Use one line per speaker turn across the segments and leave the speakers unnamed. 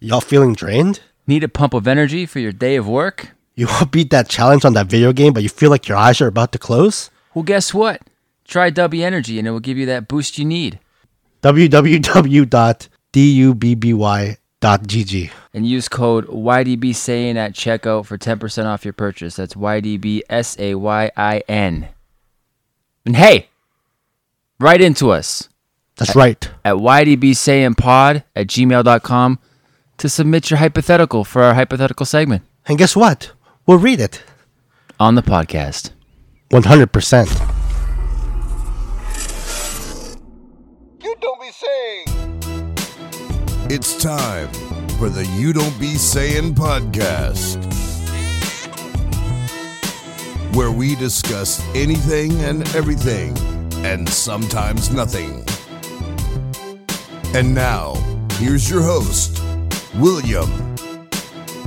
Y'all feeling drained?
Need a pump of energy for your day of work?
You won't beat that challenge on that video game, but you feel like your eyes are about to close?
Well, guess what? Try W Energy and it will give you that boost you need.
www.dubby.gg.
And use code YDBSAYIN at checkout for 10% off your purchase. That's YDBSAYIN. And hey, write into us
That's right.
at YDBSayinPod at gmail.com to submit your hypothetical for our hypothetical segment
And guess what? We'll read it.
on the podcast.
100%.
You don't be saying.
It's time for the You Don't Be Saying podcast, where we discuss anything and everything, and sometimes nothing. And now, here's your host, William,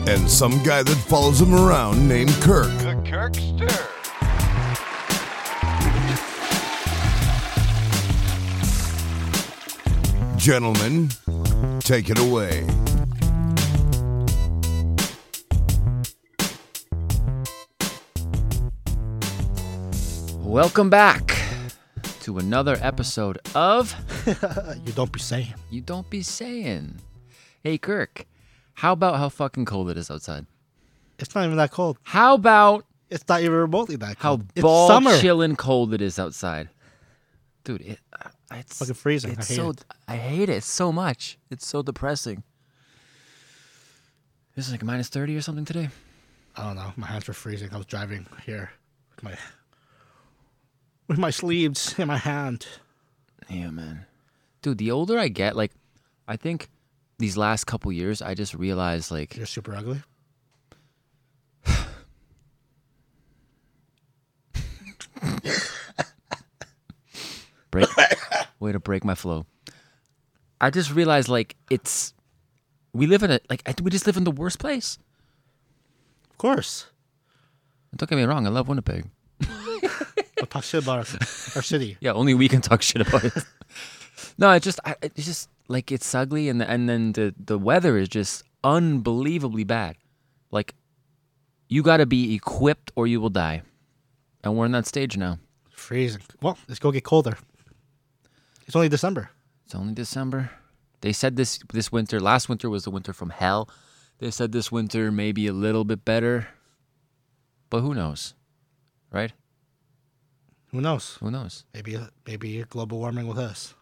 and some guy that follows him around named Kirk.
The Kirkster.
Gentlemen, take it away.
Welcome back to another episode of
You don't be saying.
You Don't Be Saying. Hey, Kirk, how about how fucking cold it is outside?
It's not even that cold.
How about
It's not even remotely that
how
cold. it's
ball
summer.
chillin' cold it is outside, dude. It, uh, it's
Fucking freezing. I
It's
hate
so
it.
I hate it so much. It's so depressing. This is like minus thirty or something today.
I don't know. My hands were freezing. I was driving here with my with my sleeves in my hand.
Yeah, man. Dude, the older I get, like, I think these last couple years, I just realized like
You're super ugly.
break way to break my flow i just realized like it's we live in a like I, we just live in the worst place
Of course.
don't get me wrong i love winnipeg
But talk shit about our, our city.
yeah only we can talk shit about it no it's just I, it's just like it's ugly and and then the the weather is just unbelievably bad like you got to be equipped or you will die and we're in that stage now
Freezing. Well, let's go get colder. It's only December.
It's only December. They said this this winter. Last winter was the winter from hell. They said this winter may be a little bit better, but who knows, right?
Who knows?
Who knows?
Maybe maybe global warming with us.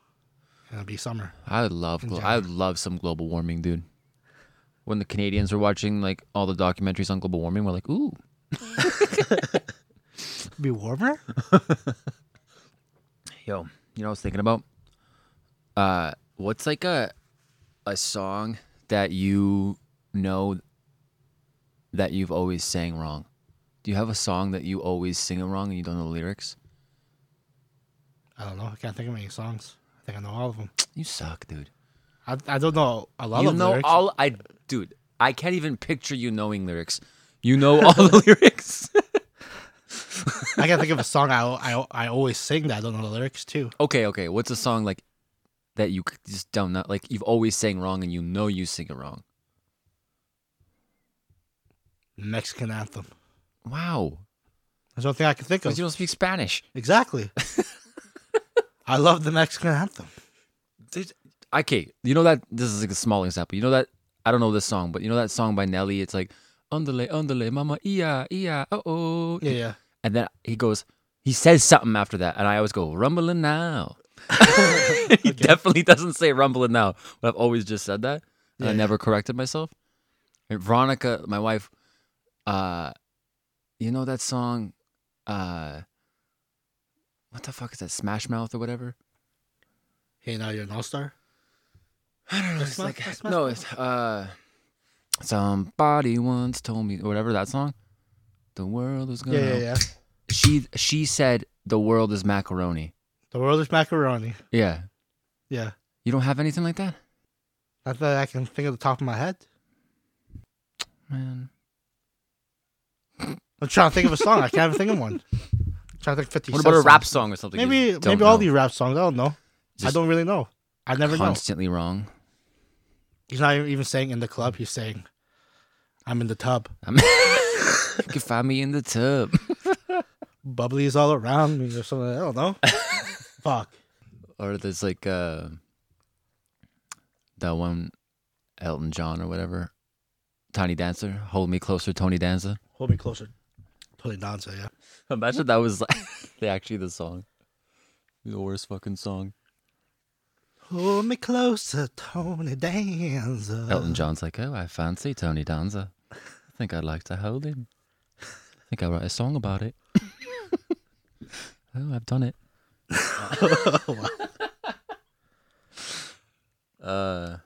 And it'll be summer.
I would love glo- I would love some global warming, dude. When the Canadians were watching like all the documentaries on global warming, we're like, ooh,
Be warmer?
yo, you know, what I was thinking about, uh, what's like a a song that you know that you've always sang wrong? Do you have a song that you always sing wrong and you don't know the lyrics?
I don't know. I can't think of any songs. I think I know all of them.
You suck, dude.
I, I don't know a lot
you
of
know
lyrics.
all I, dude. I can't even picture you knowing lyrics. You know all the lyrics.
I can't think of a song I, I, I always sing that I don't know the lyrics to.
Okay, okay. What's a song like that you c- just don't know? Like you've always sang wrong and you know you sing it wrong.
Mexican anthem.
Wow,
There's one thing I can think of.
because you don't speak Spanish.
Exactly. I love the Mexican anthem.
Did- okay, you know that this is like a small example. You know that I don't know this song, but you know that song by Nelly. It's like underlay, underlay, mama, ia, ia, oh, oh.
Yeah, yeah.
And then he goes, he says something after that, and I always go rumbling now. he definitely doesn't say rumbling now, but I've always just said that, and I
Yeah, yeah.
never corrected myself. And Veronica, my wife, uh, you know that song, uh, what the fuck is that? Smash Mouth or whatever.
Hey, now you're an all star.
I don't know. It's
Smash
like
Mouth, Smash
no, it's uh, somebody once told me or whatever that song. The world is gonna.
Yeah, yeah, yeah.
She she said the world is macaroni.
The world is macaroni.
Yeah.
Yeah.
You don't have anything like that,
Not that I can think of the top of my head.
man.
I'm trying to think of a song. I can't even think of one. I'm trying to think of 50
What about a
songs.
rap song or something? you
Maybe
don't
maybe all
know?
these rap songs. I don't know. I
Just
don't really know. I never know.
constantly wrong.
He's not even saying in the club. He's saying, "I'm in the tub.
I'm you can find me in the tub.
Bubbly is all around me, or something. I don't know. Fuck.
Or there's like uh that one Elton John or whatever. Tiny Dancer. Hold me closer, Tony Danza.
Hold me closer. Tony Danza. Yeah.
Imagine that was like actually the song. The worst fucking song.
Hold me closer, Tony Danza.
Elton John's like, oh, I fancy Tony Danza. I think I'd like to hold him. I think I'll write a song about it. oh, I've done it. uh,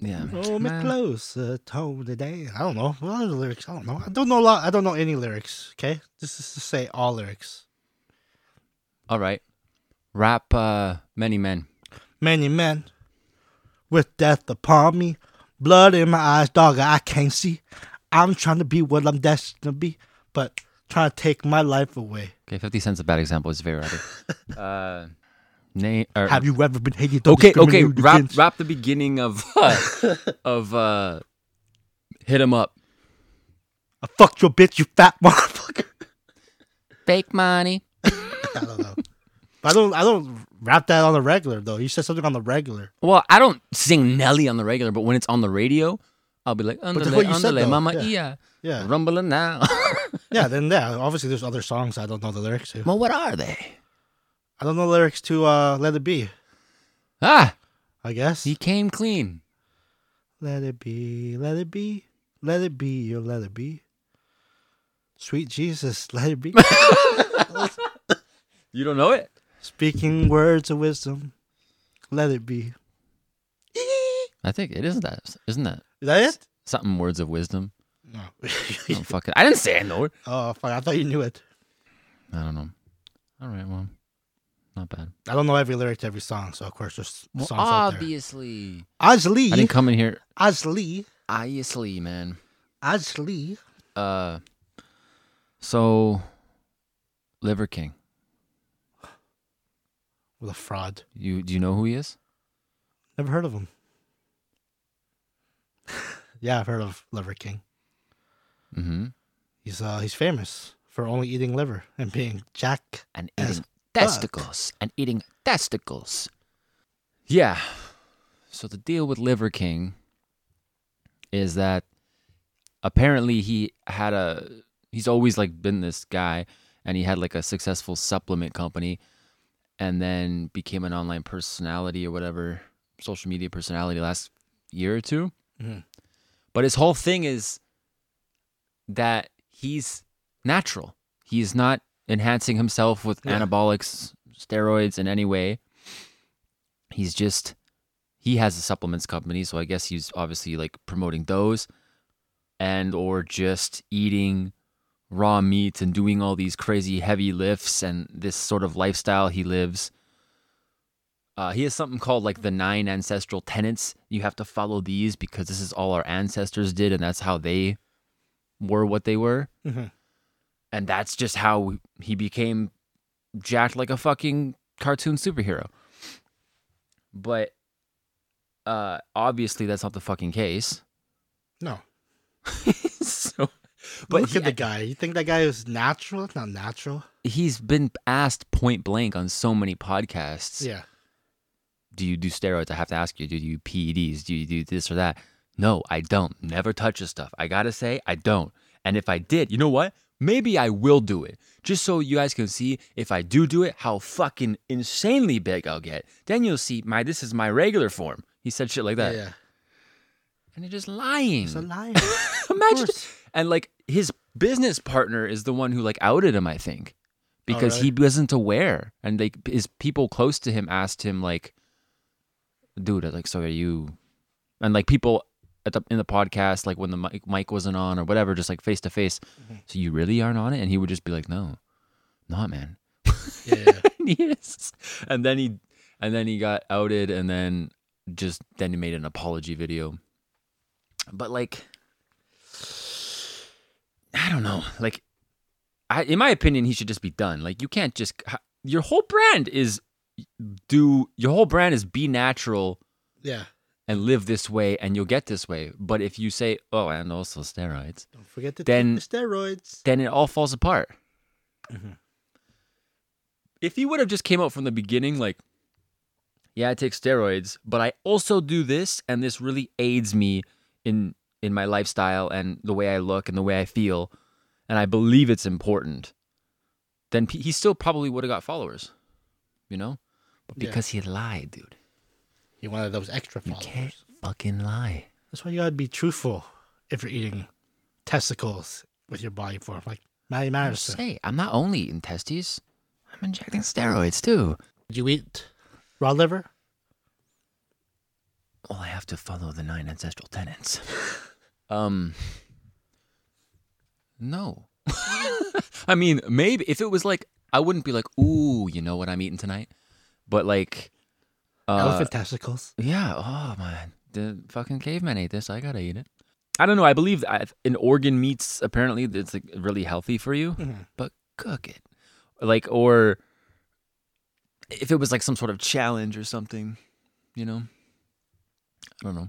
yeah.
Hold me
Man.
closer, Tony Danza. I don't know. What are the lyrics? I don't know. I don't know a lot. I don't know any lyrics. Okay, this is to say all lyrics.
All right. Rap uh, Many Men.
Many men with death upon me, blood in my eyes, dog, I can't see. I'm trying to be what I'm destined to be, but trying to take my life away.
Okay, 50 Cent's a bad example. It's very rapid. uh, name. Or,
Have you ever been hated? Don't
okay, okay.
discriminate
Rap,
against-
rap the beginning of uh, of uh, Hit 'em Up.
I fucked your bitch, you fat motherfucker.
Fake money.
I don't know. But I don't. I don't rap that on the regular though. You said something on the regular.
Well, I don't sing Nelly on the regular, but when it's on the radio, I'll be like,
that's
underlay,
what you said,
underlay,
though.
mama,
Yeah.
yeah,
Yeah,
rumbling now.
yeah. Then yeah. Obviously, there's other songs I don't know the lyrics to.
well, what are they?
I don't know the lyrics to uh, "Let It Be."
Ah,
I guess.
he came clean.
Let it be, let it be, let it be, your let it be. Sweet Jesus, let it be.
You don't know it?
Speaking words of wisdom, let it be.
I think it isn't that. Isn't that
Is that it?
something? Words of wisdom.
No.
I don't fucking. I didn't say I know it.
oh, fuck. I thought you knew it.
I don't know. All right, well, not bad.
I don't know every lyric to every song, so of course there's
Well,
songs out there.
obviously, I
Asli,
didn't come in here.
Asli,
Obviously, man.
Asli.
Uh, so, Liver King.
With a fraud.
You do you know who he is?
Never heard of him. yeah, I've heard of Liver King.
Mm-hmm.
He's uh, he's famous for only eating liver and being Jack.
and
As
eating testicles and eating testicles. Yeah. So the deal with Liver King is that apparently he had a he's always like been this guy and he had like a successful supplement company and then became an online personality or whatever social media personality last year or 2
Mhm.
But his whole thing is that he's natural. He's not enhancing himself with
Yeah.
anabolics, steroids in any way. He's just he has a supplements company, so I guess he's obviously like promoting those and or just eating raw meat and doing all these crazy heavy lifts and this sort of lifestyle he lives. Uh, he has something called like the nine ancestral tenets. You have to follow these because this is all our ancestors did, and that's how they were what they were.
Mhm.
And that's just how he became jacked like a fucking cartoon superhero. But uh, obviously, that's not the fucking case.
No.
so,
But
but
look
he-
at the guy. You think that guy is natural? It's not natural.
he's been asked point blank on so many podcasts.
Yeah.
do you do steroids? I have to ask you, do you PEDs? Do you do this or that? No, I don't. Never touch this stuff. I gotta say, I don't. And if I did, you know what? Maybe I will do it. Just so you guys can see if I do do it, how fucking insanely big I'll get. Then you'll see my this is my regular form. He said shit like that. Mm.
Yeah.
And they're just lying.
It's a lion.
Imagine.
course.
And like his business partner is the one who like outed him, I think, because he wasn't aware. And like his people close to him asked him like, "Dude, like, so are you?" And like people at the in the podcast, like when the mic, mic wasn't on or whatever, just like face to face. So you really aren't on it, and he would just be like, "No, not man."
yeah, yeah.
yes. And then he and then he got outed and then just then he made an apology video. But like I don't know. Like I in my opinion he should just be done. Like you can't just your whole brand is do your whole brand is be natural
Yeah.
and live this way and you'll get this way. But if you say, oh, and also steroids,
Don't forget to
Then-
take the steroids.
then it all falls apart. If you would have just came out from the beginning, like, yeah, I take steroids, but I also do this, and this really aids me in in my lifestyle and the way I look and the way I feel, and I believe it's important. Then p- he still probably would have got followers, you know, but
Yeah.
because he lied, dude.
You wanted those extra
You
followers.
can't fucking lie.
That's why you gotta be truthful if you're eating testicles with your body form, like Maddie Madison.
Say, I'm not only eating testes, I'm injecting steroids too.
Did you eat raw liver?
Well, I have to follow the nine ancestral tenants. um, no. I mean, maybe if it was like, I wouldn't be like, ooh, you know what I'm eating tonight, but like, uh,
Elephant testicles.
yeah, oh man, the fucking caveman ate this. I gotta eat it. I don't know. I believe I, in organ meats, apparently, it's like really healthy for you, but cook it, like, or if it was like some sort of challenge or something, you know. I don't know,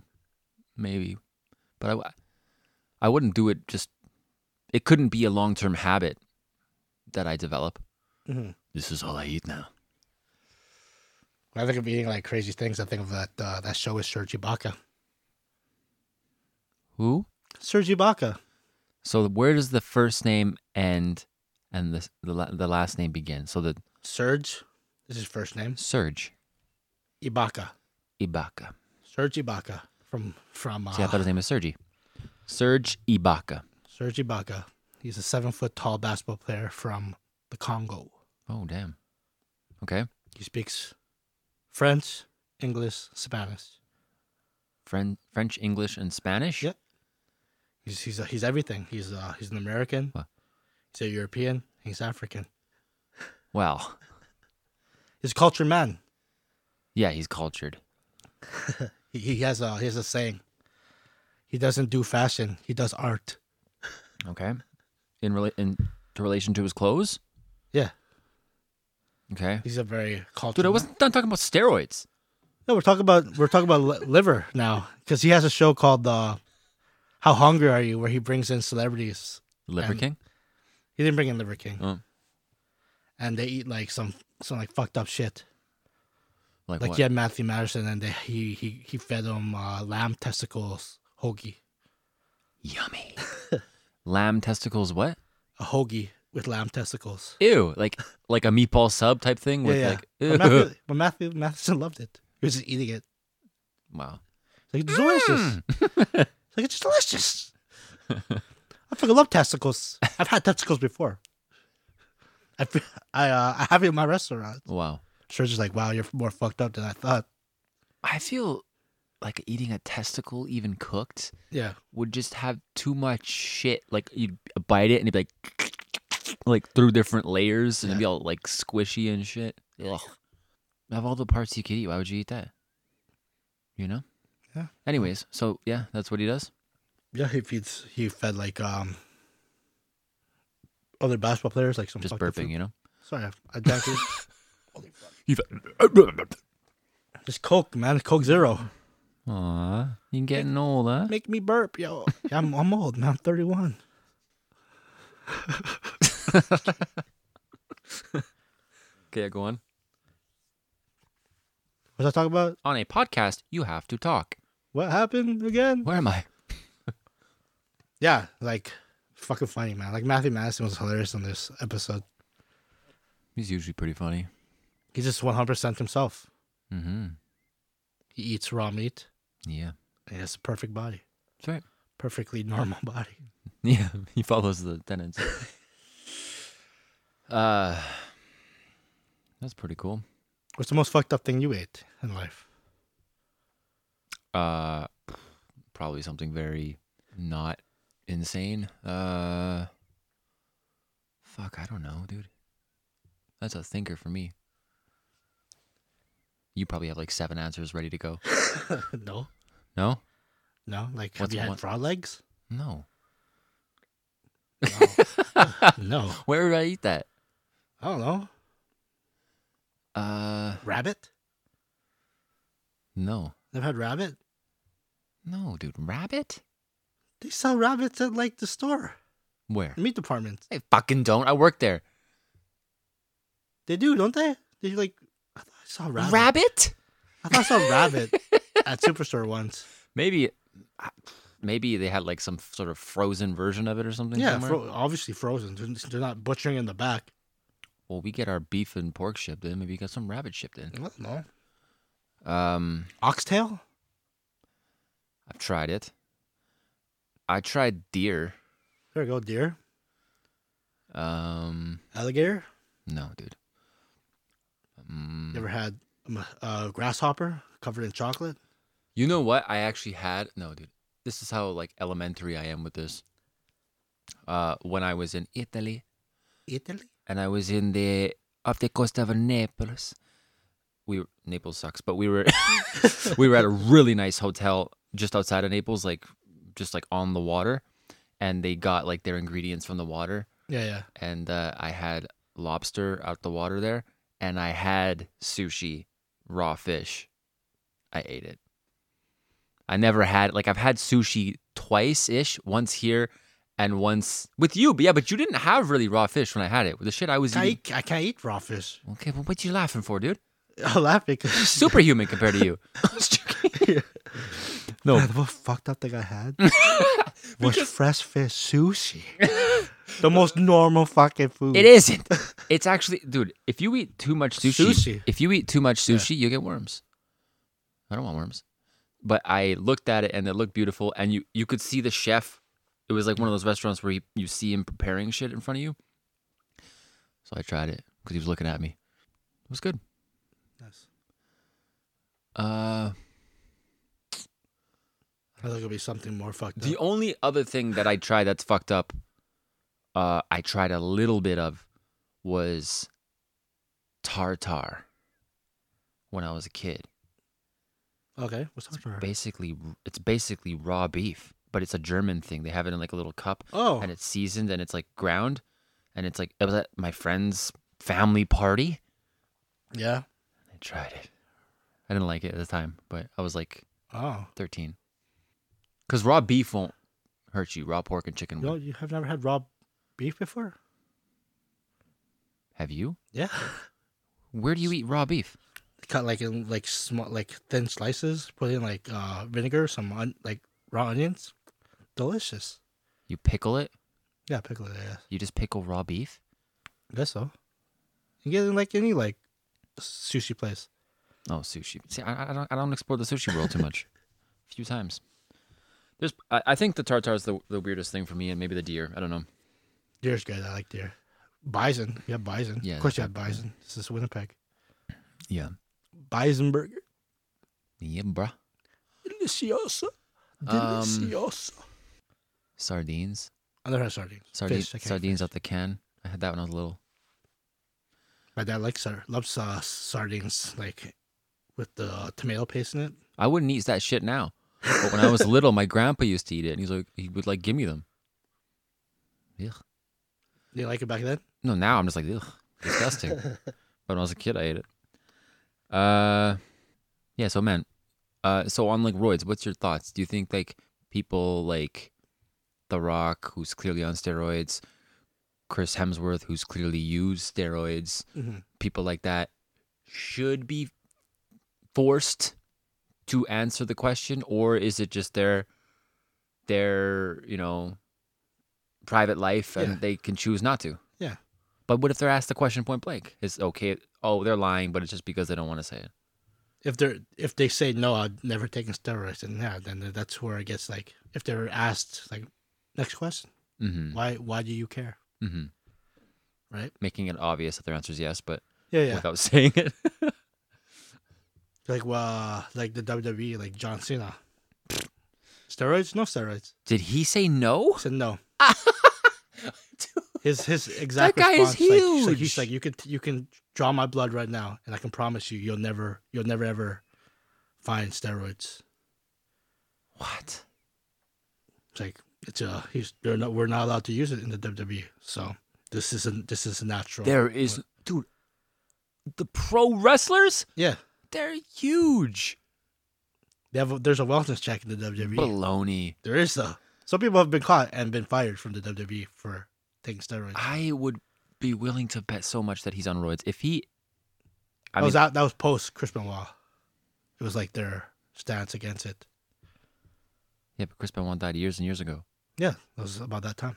maybe, but I, w- I wouldn't do it. Just it couldn't be a long term habit that I develop.
Mhm.
This is all I eat now.
When I think of eating like crazy things, I think of that uh, that show with Serge Ibaka.
Who?
Serge Ibaka.
So where does the first name end and the the, la- the last name begin? So the
Serge. This is his first name.
Serge
Ibaka.
Ibaka.
Serge Ibaka from from uh,
See, I thought his name was Sergi. Serge Ibaka.
Serge Ibaka. He's a seven foot tall basketball player from the Congo.
Oh damn. Okay.
He speaks French, English, Spanish.
Fren- French, English, and Spanish.
Yep. He's he's he's everything. He's uh he's an American.
Wow.
He's a European. He's African.
Wow.
He's a cultured man.
Yeah, he's cultured.
He, he has a he has a saying. He doesn't do fashion. He does art.
Okay. In rela- in to relation to his clothes.
Yeah,
Okay.
he's a very cultured.
Dude, I
man.
wasn't done talking about steroids.
No, we're talking about we're talking about li- liver now because he has a show called uh, "How Hungry Are You," where he brings in celebrities.
Liver
And-
King.
He didn't bring in Liver King,
Oh.
and they eat like some some like fucked up shit.
Like,
Like
what?
he had Matthew Madison, and they, he he he fed him uh, lamb testicles hoagie,
Yummy. Lamb testicles. What?
a hoagie with lamb testicles.
ew, like like a meatball sub type thing with
yeah, yeah. But
like ew.
Matthew, but Matthew Madison loved it. He was just eating it.
wow.
It's like
Mm.
it's delicious. it's like it's delicious. I fucking love testicles. I've had testicles before. I f- I, uh, I have it in my restaurant.
Wow.
Sure, just like wow, you're more fucked up than I thought.
I feel like eating a testicle even cooked
Yeah,
would just have too much shit. Like you'd bite it and it'd be like like through different layers and it'd be all like squishy and shit. Ugh. Of all the parts you could eat, why would you eat that? You know?
Yeah.
Anyways, so yeah, that's what he does.
yeah. He feeds. He fed like um other basketball players like some
Just
fucked up
burping,
food.
you know?
Sorry, I, I drank it.
He's
Just Coke, man. Coke Zero.
Aw, you getting old, huh?
Make me burp, yo. Yeah, I'm, I'm old, man. I'm 31.
Okay, go on.
Was I talking about
On a podcast, you have to talk.
what happened again?
Where am I?
yeah, like fucking funny, man. Like Matthew Madison was hilarious on this episode.
He's usually pretty funny.
He's just one hundred percent himself.
Mm-hmm.
He eats raw meat.
Yeah.
And he has a perfect body,
That's right.
perfectly normal body.
Yeah, he follows the tenants. uh, that's pretty cool.
What's the most fucked up thing you ate in life?
Uh, probably something very not insane. Uh, fuck, I don't know, dude. That's a thinker for me. You probably have like seven answers ready to go.
no,
No,
no. Like have
What's
you had
one-
frog legs?
no.
no,
Where would I eat that?
I don't know.
Uh,
Rabbit?
no.
Never had rabbit.
No, dude, rabbit?
They sell rabbits at like the store,
Where?
meat department.
I fucking don't. I work there.
They do, don't they? They like. I thought I saw rabbit.
rabbit?
I thought I saw rabbit at Superstore once.
Maybe, maybe they had like some sort of frozen version of it or something.
Yeah,
somewhere.
fro- obviously frozen. They're- They're not butchering in the back.
well, we get our beef and pork shipped in. Maybe we got some rabbit shipped in.
I don't know.
Um,
Oxtail?
I've tried it. I tried deer.
There we go. Deer?
Um,
Alligator?
no, dude.
Never had um, uh, grasshopper covered in chocolate?
You know what? I actually had no, dude. This is how like elementary I am with this. Uh, when I was in Italy,
Italy?
and I was in the off the coast of Naples. We were- Naples sucks, but we were we were at a really nice hotel just outside of Naples, like just like on the water, and they got like their ingredients from the water,
Yeah, yeah.
and uh, I had lobster out the water there, and I had sushi, raw fish. I ate it. I never had like I've had sushi twice ish, once here and once with you. But yeah, but you didn't have really raw fish when I had it. The shit I was
I,
eating.
eat, I can't eat raw fish.
Okay, well, what you laughing for, dude?
I laugh because.
Superhuman compared to you. I was joking.
No. the most fucked up thing I had was fresh fish sushi. the most normal fucking food.
It isn't. It's actually, dude. If you eat too much sushi,
Sushi.
if you eat too much sushi, you get worms. I don't want worms. But I looked at it and it looked beautiful, and you you could see the chef. It was like one of those restaurants where he, you see him preparing shit in front of you. So I tried it because he was looking at me. It was good.
Nice.
Uh,
I thought it would be something more fucked
the
up.
only other thing that I tried that's fucked up, uh, I tried a little bit of, was tartar. When I was a kid.
okay, what's up for
basically it's basically raw beef, but it's a German thing. They have it in like a little cup,
Oh,
and it's seasoned and it's like ground, and it's like it was at my friend's family party.
yeah.
I tried it. I didn't like it at the time, but I was like
Oh.
thirteen. Cause raw beef won't hurt you. Raw pork and chicken.
You, know,
will
you have never had raw beef before?
Have you?
Yeah.
Where do you eat raw beef?
Cut like in like small, like thin slices, put in like uh, vinegar, some on, like raw onions. Delicious.
You pickle it.
Yeah, pickle it. Yeah.
You just pickle raw beef.
I guess so. You get it in like any like sushi place.
Oh, sushi. See, I, I don't, I don't explore the sushi world too much. A few times. There's, I, I think the tartar is the, the weirdest thing for me, and maybe the deer. I don't know.
Deer's good. I like deer. Bison. You have bison.
Yeah,
of course
they
you have bison. This is Winnipeg.
Yeah.
Bison burger.
Yeah, bruh.
Delicioso.
Um,
Delicioso.
Sardines.
I never had sardines.
Sardine,
Fish, I can't-
sardines out the can. I had that when I was little.
My dad likes sar- loves uh, sardines like with the uh, tomato paste in it.
I wouldn't eat that shit now. But when I was little, my grandpa used to eat it, and he's like, he would like give me them. Ugh.
Did you like it back then?
No, now I'm just like, ugh, disgusting. but when I was a kid, I ate it. Uh, yeah. So man, uh, so on like roids, what's your thoughts? Do you think like people like The Rock, who's clearly on steroids, Chris Hemsworth, who's clearly used steroids,
Mhm.
people like that should be forced to answer the question, or is it just their their you know private life and
Yeah.
they can choose not to?
Yeah.
But what if they're asked the question point blank? It's okay. Oh, they're lying, but it's just because they don't want to say it.
If they're if they say no, I've never taken steroids, and yeah, then that's where it gets like if they're asked like next question,
Mm-hmm.
why why do you care,
Mm-hmm.
right?
Making it obvious that their answer is yes, but
Yeah, yeah.
without saying it.
Like well, like the WWE, like John Cena. steroids? No steroids.
Did he say no?
I said no. His his exact
guy
response,
is
like, he's like,
huge.
he's like, you can you can draw my blood right now, and I can promise you, you'll never you'll never ever find steroids.
What?
It's like it's uh he's they're not we're not allowed to use it in the WWE. So this isn't this is natural.
There is, dude. The pro wrestlers,
yeah.
they're huge.
They have a, there's a wellness check in the WWE.
Baloney.
there is though. Some people have been caught and been fired from the WWE for taking steroids.
I would be willing to bet so much that he's on roids. If he, I
that
mean,
was out. That was post Chris Benoit. It was like their stance against it.
yeah, but Chris Benoit died years and years ago.
Yeah, that was about that time.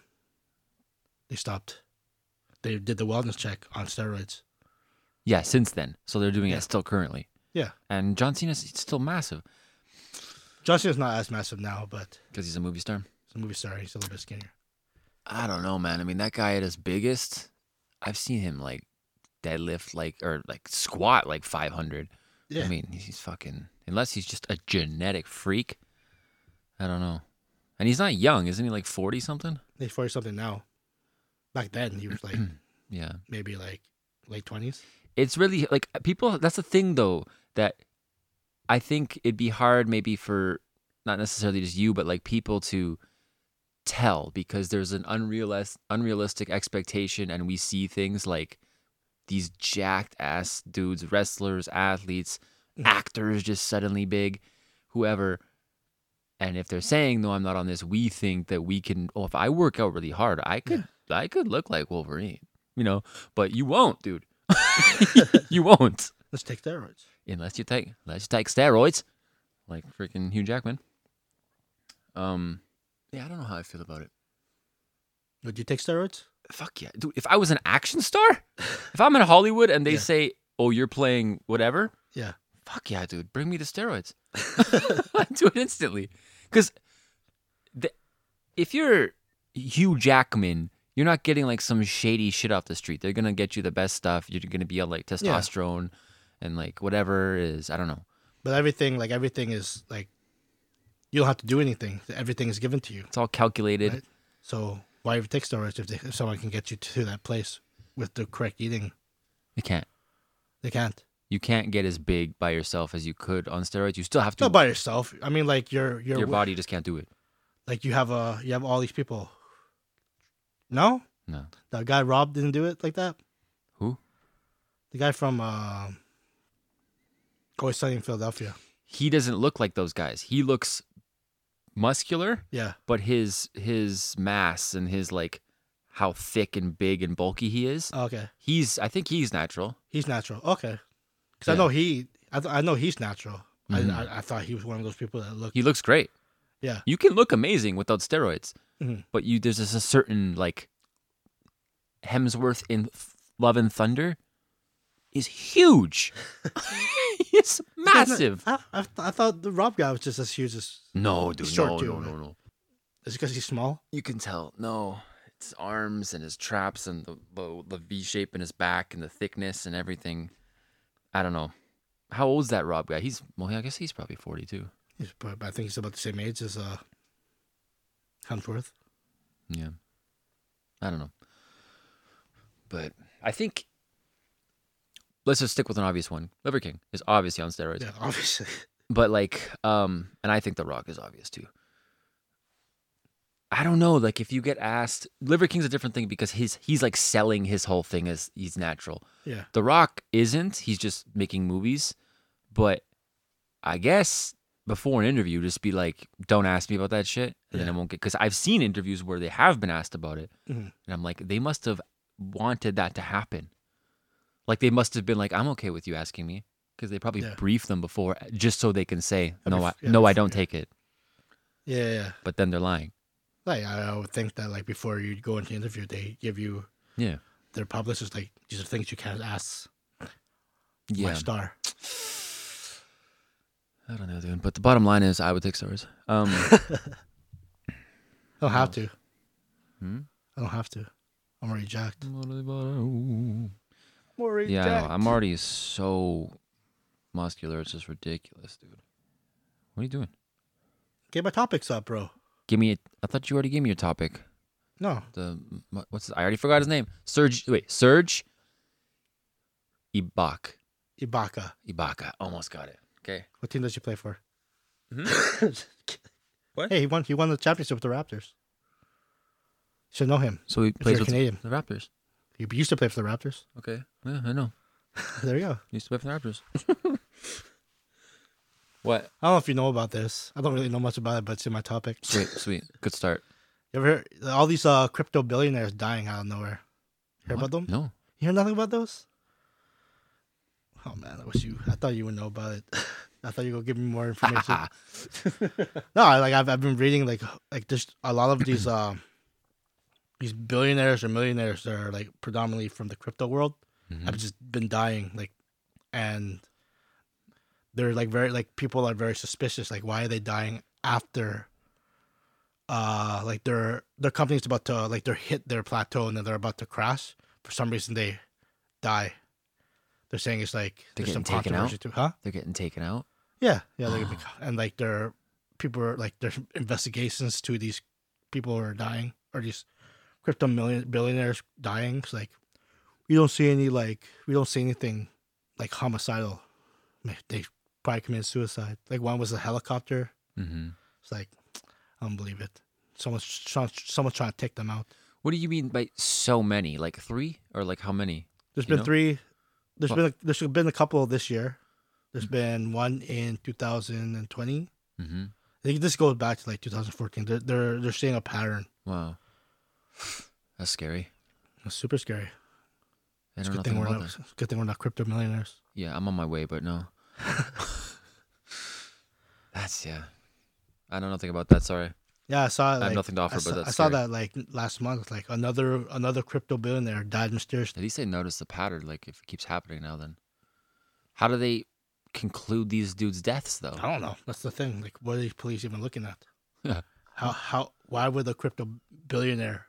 They stopped. They did the wellness check on steroids.
Yeah, since then. So they're doing it still currently.
Yeah,
And John Cena's he's still massive
John Cena's not as massive now, but
because he's a movie star.
he's a movie star. He's a little bit skinnier.
I don't know, man. I mean, that guy at his biggest, I've seen him like deadlift, like or like squat like 500.
Yeah,
I mean, he's fucking unless he's just a genetic freak. I don't know. And he's not young, isn't he? Like 40 something.
he's forty something now. Back then, he was like
Yeah.
maybe like late twenties.
it's really like people that's the thing though that i think it'd be hard maybe for not necessarily just you but like people to tell because there's an unrealist, unrealistic expectation and we see things like these jacked ass dudes wrestlers athletes actors just suddenly big whoever and if they're saying no i'm not on this we think that we can oh if i work out really hard i could i could look like wolverine you know but you won't dude you won't
Let's take steroids.
unless you take unless you take steroids, like freaking Hugh Jackman. Um, yeah, I don't know how I feel about it.
Would you take steroids?
Fuck yeah, dude! If I was an action star, if I'm in Hollywood and they
Yeah.
say, "Oh, you're playing whatever,"
Yeah.
fuck yeah, dude! Bring me the steroids. I do it instantly, because if you're Hugh Jackman. You're not getting like some shady shit off the street. They're gonna get you the best stuff. You're gonna be on like testosterone and like whatever is I don't know.
But everything, like everything, is like you don't have to do anything. Everything is given to you.
It's all calculated.
Right. So why even take steroids if, they, if someone can get you to that place with the correct eating?
You can't.
They can't.
You can't get as big by yourself as you could on steroids. You still have to.
Not by yourself. I mean, like your your,
your body just can't do it.
Like you have a you have all these people. No,
No.
that guy Rob didn't do it like that.
Who?
The guy from um Always Sunny in Philadelphia.
He doesn't look like those guys. He looks muscular,
Yeah,
but his his mass and his like how thick and big and bulky he is.
Oh, okay,
He's I think he's natural.
he's natural. Okay, because I
Yeah.
know he, I, th- I know he's natural.
Mhm.
I, I I thought he was one of those people that look.
He looks great.
Yeah.
You can look amazing without steroids,
Mhm.
but you there's just a certain like Hemsworth in Th- Love and Thunder is huge. it's massive.
I, I, th- I thought the Rob guy was just as huge as.
No, dude,
Short
no,
dude,
no,
right?
no, no.
Is it because he's small?
You can tell. No, it's arms and his traps and the the, the V shape in his back and the thickness and everything. I don't know. How old's that Rob guy? He's well, I guess he's probably forty two.
He's, but but I think he's about the same age as uh, Hemsworth.
Yeah. I don't know. But I think let's just stick with an obvious one. Liver King is obviously on steroids.
Yeah, obviously.
But like um and I think The Rock is obvious too. I don't know, like if you get asked Liver King's a different thing because his he's like selling his whole thing as he's natural.
Yeah,
The Rock isn't. He's just making movies. But I guess before an interview, just be like, don't ask me about that shit. And then I
Yeah.
won't get, because I've seen interviews where they have been asked about it.
Mhm.
And I'm like, they must have wanted that to happen. Like they must have been like, I'm okay with you asking me. Because they probably
Yeah.
briefed them before just so they can say,
Uh,
no,
bef-
I,
yeah,
no, I
bef-
don't
yeah.
take it.
yeah, yeah.
But then they're lying.
Like I I would think that like before you go into the interview, they give you
Yeah.
their publicist like these are things you can't ask my
Yeah.
star.
I don't know, dude. But the bottom line is, I would take stars. Um,
I don't have to.
Hmm?
I don't have to. I'm already jacked. I'm already
Yeah, I know. I'm already so muscular. It's just ridiculous, dude. What are you doing?
Get my topics up, bro.
Give me. A, I thought you already gave me your topic.
No,
The mu- what's his, I already forgot his name. Serge. Wait, Serge. Ibak.
Ibaka.
Ibaka. Almost got it. Okay.
What team does he play for? Hmm? what? Hey, he won. He won the championship with the Raptors. Should know him.
So he
you're
plays with
Canadian.
the Raptors.
He used to play for the Raptors.
Okay. Yeah, I know.
There you go.
He used to play for the Raptors. What?
I don't know if you know about this. I don't really know much about it, but it's in my topic.
Sweet, sweet. Good start.
You ever hear all these uh, crypto billionaires dying out of nowhere? Hear
What?
about them?
No.
You hear nothing about those? Oh man, I wish you. I thought you would know about it. I thought you would give me more information.
Ah,
no, I- like I've I've been reading like like there's a lot of these uh, these billionaires or millionaires that are like predominantly from the crypto world.
Mm-hmm.
I've just been dying like, and they're like very like people are very suspicious. Like, why are they dying after? Uh, like their their company's about to like they're hit their plateau and then they're about to crash. For some reason, they die. They're saying it's like
They're
there's some
getting taken out?
controversy too, huh?
They're getting taken out.
Yeah, yeah, they're gonna be, and like their people are like there's investigations to these people who are dying or these crypto million billionaires dying. It's like we don't see any like we don't see anything like homicidal. Ma- They probably committed suicide. Like one was a helicopter.
Mm-hmm.
It's like I don't believe it. Someone's trying, someone's trying to take them out.
What do you mean by so many? Like three or like how many?
There's
You
been
know?
three. There's
Well-
been a, there's been a couple this year. There's been one in 2020.
Mm-hmm.
I think this goes back to like 2014. They're they're, they're seeing a pattern.
Wow. That's scary.
It's super scary.
I
It's
don't know
good thing
nothing
we're
about
not.
that.
it's good thing we're not crypto millionaires.
Yeah, I'm on my way, but no. that's yeah. I know nothing about that. Sorry.
Yeah, I saw. Like,
have nothing to offer,
I
but
saw,
that's
I saw
scary.
that like last month. Like another another crypto billionaire died mysteriously.
At least they noticed the pattern. Like if it keeps happening now, then how do they conclude these dudes' deaths though?
I don't know. That's the thing. Like, what are these police even looking at?
Yeah.
How how why would a crypto billionaire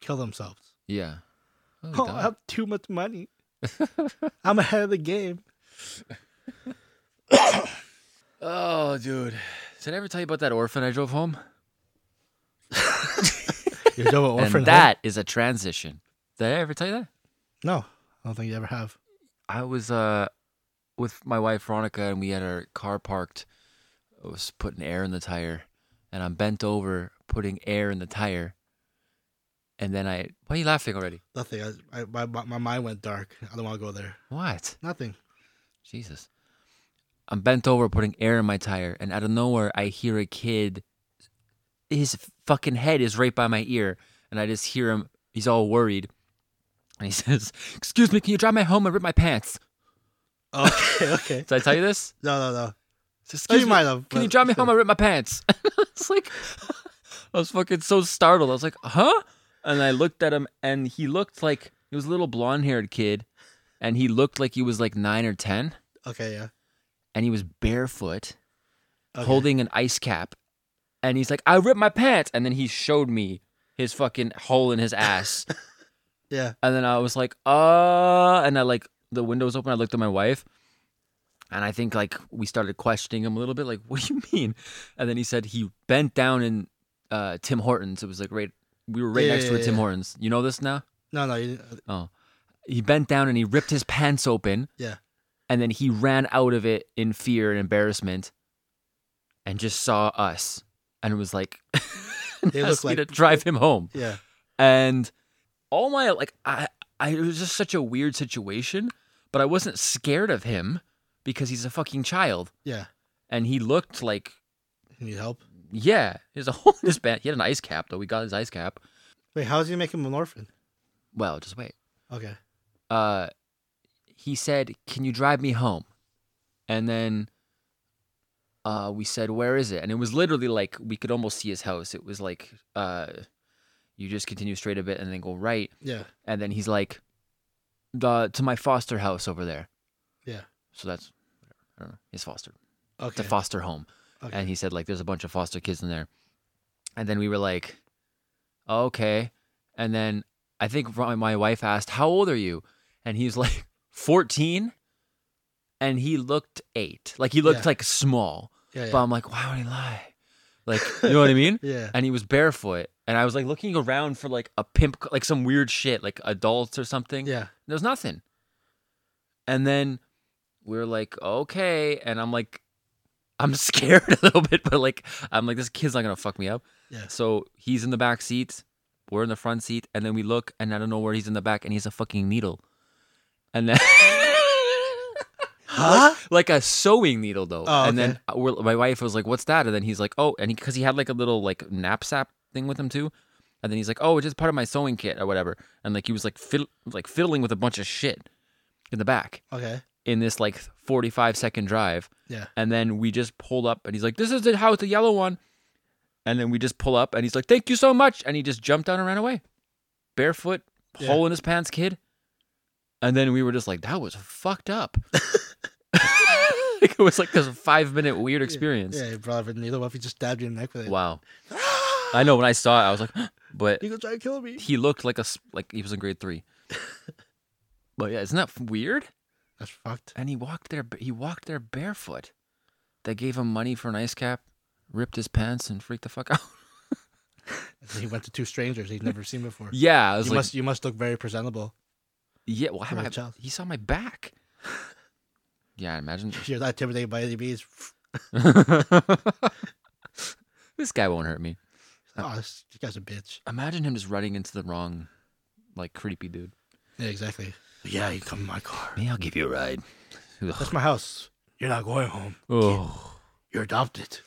kill themselves?
Yeah. Oh,
Oh,
dog.
I have too much money. I'm ahead of the game.
Oh, dude. Did I ever tell you about that orphan I drove home?
You're doing orphan. home?
and that is a transition. Did I ever tell you that?
No, I don't think you ever have.
I was uh with my wife Veronica and we had our car parked. I was putting air in the tire and I'm bent over putting air in the tire. And then I why are you laughing already?
Nothing. I, I my, my mind went dark. I don't want to go there.
What?
Nothing.
Jesus. I'm bent over putting air in my tire and out of nowhere I hear a kid his fucking head is right by my ear and I just hear him he's all worried. And he says, "Excuse me, can you drive me home and rip my pants?"
Okay. Okay.
Did I tell you this?
No, no, no.
Excuse
you
me,
might have,
Can you
but-
drive me home? I ripped my pants. it's like I was fucking so startled. I was like, huh? And I looked at him, and he looked like he was a little blonde-haired kid, and he looked like he was like nine or ten,
Okay, yeah.
and he was barefoot,
Okay.
holding an ice cap, and he's like, I ripped my pants, and then he showed me his fucking hole in his ass,
Yeah.
and then I was like, uh, and I like the window was open. I looked at my wife, and I think like we started questioning him a little bit, like, what do you mean? And then he said he bent down in uh, Tim Hortons. It was like right, we were right
Yeah,
next to
yeah,
a Tim
yeah.
Hortons. You know this now?
No, no. You, didn't-
Oh, he bent down and he ripped his pants open,
yeah.
and then he ran out of it in fear and embarrassment, and just saw us, and was like,
They look
asked me
like-
to drive him home
Yeah.
and all my like I I it was just such a weird situation, but I wasn't scared of him because he's a fucking child
Yeah.
and he looked like
You need help?
yeah, he has a hole in his pants. He had an ice cap though. We got his ice cap.
Wait, how does he make him an orphan?
Well, just wait.
Okay.
Uh, he said, "Can you drive me home?" And then uh, we said, "Where is it?" And it was literally like we could almost see his house. It was like uh, you just continue straight a bit and then go right.
Yeah.
And then he's like, the to my foster house over there.
Yeah.
So that's whatever. I don't know. He's fostered.
Okay.
It's a foster home.
Okay.
And he said like there's a bunch of foster kids in there. And then we were like, okay. And then I think my my wife asked, how old are you? And he's like 14. And he looked eight. Like he looked
Yeah.
like small.
yeah. Yeah.
But I'm like, why would he lie? Like, you know what I mean?
yeah.
and he was barefoot and i was like looking around for like a pimp like some weird shit like adults or something
Yeah.
there's nothing and then we are like okay and i'm like i'm scared a little bit but like i'm like this kid's not gonna fuck me up
Yeah.
so he's in the back seat we're in the front seat and then we look and i don't know where he's in the back and he's a fucking needle and then
Huh?
like a sewing needle though.
Oh,
And then we're, my wife was like, "What's that?" And then he's like, "Oh," and because he, had like a little like knapsack thing with him too. And then he's like, "Oh, it's just part of my sewing kit or whatever." And like he was like fiddl- like fiddling with a bunch of shit in the back
Okay.
in this like 45 second drive.
Yeah.
And then we just pulled up and he's like, This is the house, the yellow one. And then we just pull up and he's like, Thank you so much. And he just jumped down and ran away. Barefoot,
Yeah.
hole in his pants, kid. And then we were just like, That was fucked up. Like, it was like this five minute weird experience.
Yeah, you brought up a needle. What if he just stabbed you in the neck with it?
Wow. I know when I saw it, I was like, But
You gonna try to kill me?
he looked like a, s- like he was in grade three. But yeah, isn't that f- weird?
That's fucked.
and he walked there. He walked there barefoot. They gave him money for an ice cap, ripped his pants, and freaked the fuck out.
He went to two strangers he'd never seen before.
Yeah, I
You
was like,
must you must look very presentable.
yeah. Well, how
for a
am I-
child.
he saw my back. Yeah, I imagine.
You're not intimidated by any bees.
this guy won't hurt me.
Oh, this this guy's a bitch.
Imagine him just running into the wrong, like creepy dude.
Yeah, exactly. Yeah, you come in my car.
Yeah, I'll give you a ride. Ugh.
That's my house. You're not going home.
Oh.
You're adopted.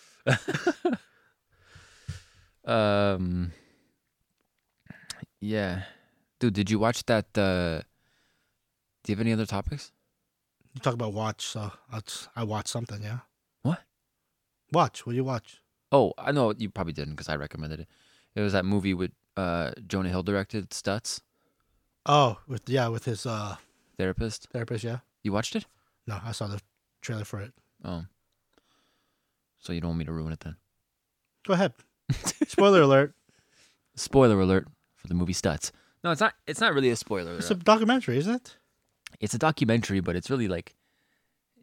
Um. Yeah, dude. Did you watch that? Uh, do you have any other topics?
You talk about watch, so I I watch something. Yeah.
What?
Watch. What do you watch?
Oh, I know you probably didn't because I recommended it. It was that movie with uh, Jonah Hill directed Stutz
Oh, with yeah, with his uh
therapist.
therapist. Yeah.
You watched it?
No, I saw the trailer for it.
Oh, so you don't want me to ruin it then?
Go ahead. Spoiler alert.
Spoiler alert for the movie Stutz. No, it's not. It's not really a spoiler.
It's
It's
a
a,
documentary, isn't it?
it's a documentary, but it's really like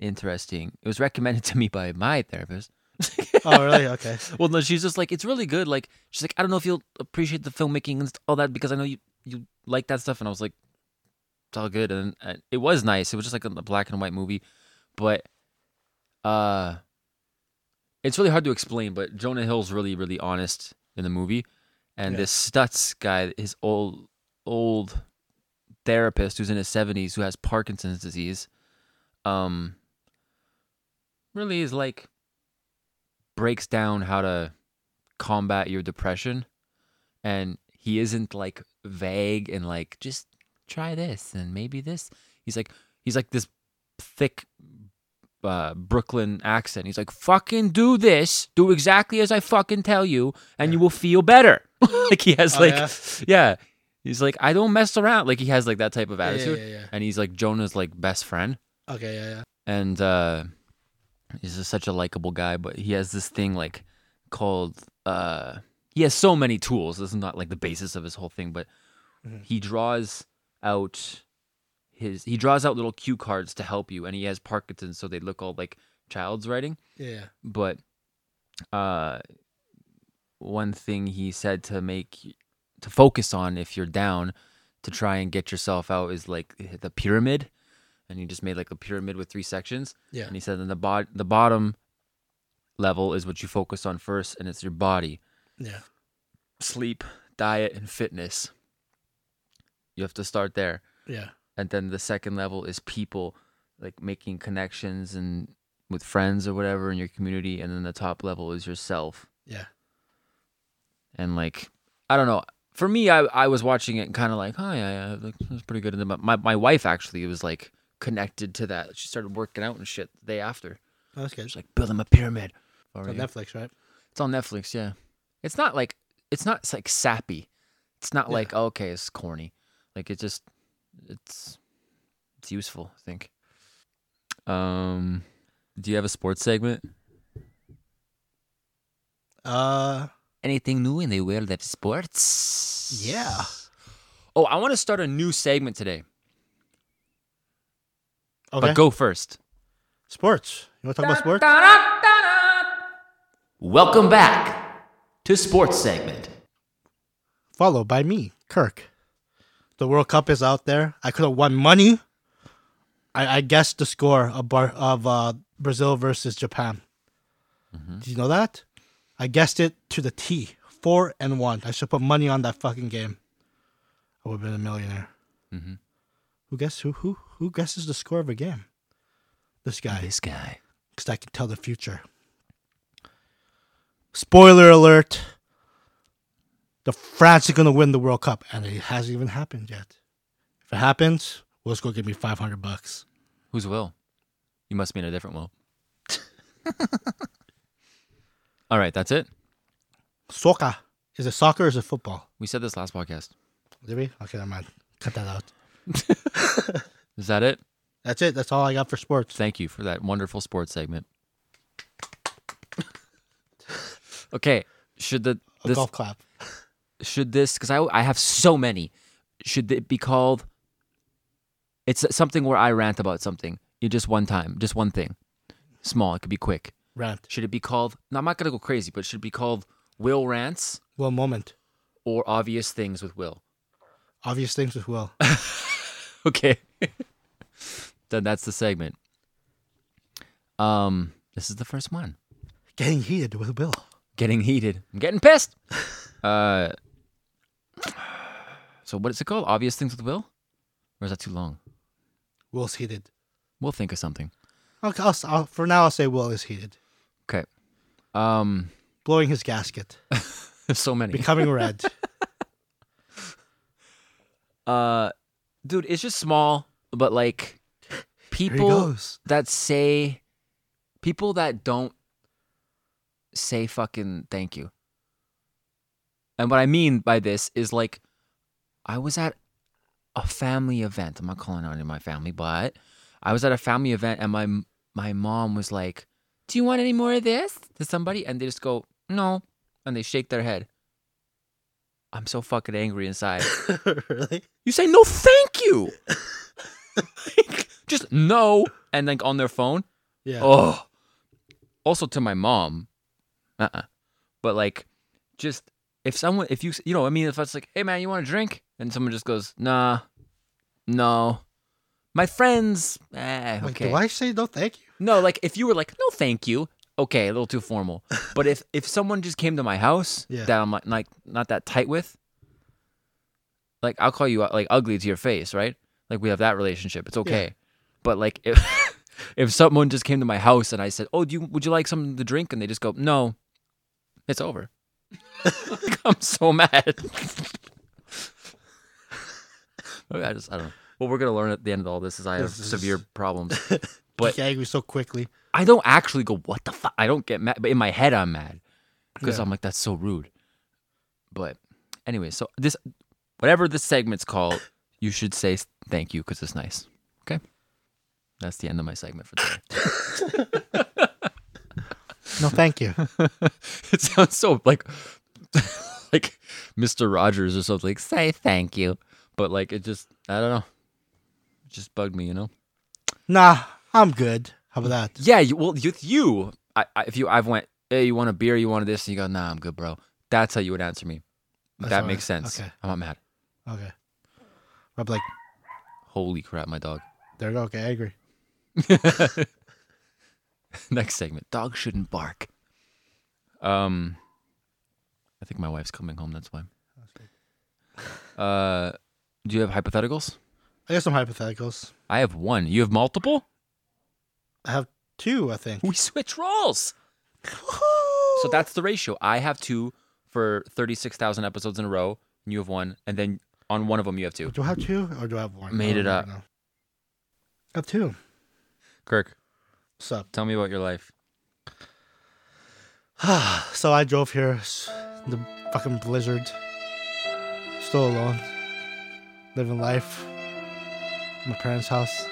interesting. It was recommended to me by my therapist.
Oh, really? Okay.
Well, no, she's just like it's really good. Like she's like I don't know if you'll appreciate the filmmaking and st- all that because I know you you like that stuff. And I was like, it's all good. And, and it was nice. It was just like a black and white movie, but uh, it's really hard to explain. But Jonah Hill's really really honest in the movie, and
Yeah.
this Stutz guy, his old old therapist who's in his seventies who has Parkinson's disease, um, really is like breaks down how to combat your depression and he isn't like vague and like just try this and maybe this he's like he's like this thick uh, Brooklyn accent. He's like, "Fucking do this. Do exactly as I fucking tell you, and you will feel better." like he has,
Oh,
like,
yeah?
yeah? He's like, "I don't mess around." Like he has like that type of
Yeah, yeah,
attitude,
yeah, yeah.
and he's like Jonah's like best friend
Okay. Yeah. Yeah.
and uh he's just such a likable guy but he has this thing like called uh he has so many tools this is not like the basis of his whole thing but
Mm-hmm.
he draws out his he draws out little cue cards to help you and he has parkinson's so they look all like child's writing
Yeah. yeah.
but uh one thing he said to make to focus on if you're down to try and get yourself out is like the pyramid and he just made like a pyramid with three sections
Yeah.
and he said then the bot the bottom level is what you focus on first and it's your body
Yeah.
sleep diet and fitness you have to start there
Yeah.
and then the second level is people like making connections and with friends or whatever in your community and then the top level is yourself
Yeah.
and like i don't know for me i, I was watching it kind of like oh yeah, yeah like, that's pretty good and then my- my, my wife actually was like connected to that she started working out and shit the day after
Oh, that's good.
she's like building a pyramid
It's
For
on
you.
Netflix, right?
It's on Netflix, yeah. It's not like it's not like sappy. It's not
Yeah.
like oh, okay, it's corny. Like it just it's it's useful, I think. Um do you have a sports segment?
Uh,
Anything new in the world of sports?
yeah.
Oh, I want to start a new segment today.
Okay.
But go first.
Sports. You want to talk about sports?
Welcome back to sports segment.
Followed by me, Kirk. The World Cup is out there. I could have won money. I, I guessed the score of Bar- of uh, Brazil versus Japan. Did you know that? I guessed it to the T. Four and one. I should put money on that fucking game. I would have been a millionaire. Who guess who who who guesses the score of a game? This guy,
This guy.
because I can tell the future. Spoiler alert: the France is gonna win the World Cup, and it hasn't even happened yet. If it happens, Will's gonna give me five hundred bucks.
Who's Will? You must mean a different Will. All right, that's it.
Soccer is it soccer or is it football?
We said this last podcast.
Did we? Okay, never mind. Cut that out.
Is that it?
That's it. That's all I got for sports.
Thank you for that wonderful sports segment. okay, should the
A
this
golf clap.
should this because I I have so many. Should it be called? It's something where I rant about something. You just one time, just one thing. Small. It could be quick.
Rant.
Should it be called? No, I'm not gonna go crazy, but should it be called Will rants
One moment.
or obvious things with Will?
Obvious things with Will.
Okay. then that's the segment. Um, this is the first one.
Getting heated with Will.
Getting heated. I'm getting pissed. Uh, so what is it called? Obvious things with Will, or is that too long?
Will's heated.
We'll think of something.
Okay, I'll, I'll, for now, I'll say Will is heated.
Okay. Um,
Blowing his gasket.
there's so many.
Becoming red.
uh, dude, it's just small, but like
Here he
people
goes.
that say, people that don't say fucking thank you. And what I mean by this is like, I was at a family event. I'm not calling out any of my family, but I was at a family event, and my my mom was like, "Do you want any more of this?" to somebody, and they just go, "No," and they shake their head. I'm so fucking angry inside.
really?
You say no, thank you. Like, just no, and like on their phone.
Yeah.
Oh. Also to my mom. Uh. uh But like, just if someone, if you, you know, I mean, if it's like, hey man, you want a drink, and someone just goes, nah, no, my friends. Eh,
Like,
okay.
do I say no thank you?
No, like if you were like, no, thank you. Okay, a little too formal. But if if someone just came to my house
Yeah.
that I'm like, like not that tight with, like I'll call you uh, like ugly to your face, right? Like we have that relationship. It's okay. But like if if someone just came to my house and I said, oh, do you would you like something to drink? And they just go, no, it's over. Like, I'm so mad. I just I don't. know. What we're gonna learn at the end of all this is I have
This is-
severe problems.
But
But-
get angry so quickly.
I don't actually go, what the fuck? I don't get mad, but in my head, I'm mad because
Yeah.
I'm like, that's so rude. But anyway, so this, whatever this segment's called, you should say s- thank you because it's nice. Okay. That's the end of my segment for today.
No thank you.
it sounds so like, like Mr. Rogers or something, like, say thank you. But like, it just, I don't know. It just bugged me, you know?
nah, I'm good. How about that?
Yeah, you, well, with you, I, I, if you, I've went, hey, you want a beer, you want this, and you go, nah, I'm good, bro. That's how you would answer me.
That's
that
all
makes
right.
sense.
Okay.
I'm not mad.
Okay. I'm like,
Holy crap, my dog.
there you go. Okay, angry.
Next segment. Dogs shouldn't bark. Um, I think my wife's coming home. That's why. Uh, do you have hypotheticals?
I got some hypotheticals.
I have one. You have multiple?
I have two, I think.
We switch roles. so that's the ratio. I have two for 36,000 episodes in a row, and you have one, and then on one of them you have two.
Do I have two or do I have one?
Made
I
it
don't
up.
know. I have two.
Kirk,
What's up?
tell me about your life.
So I drove here s- in the fucking blizzard. Still alone. Living life. at My parents' house.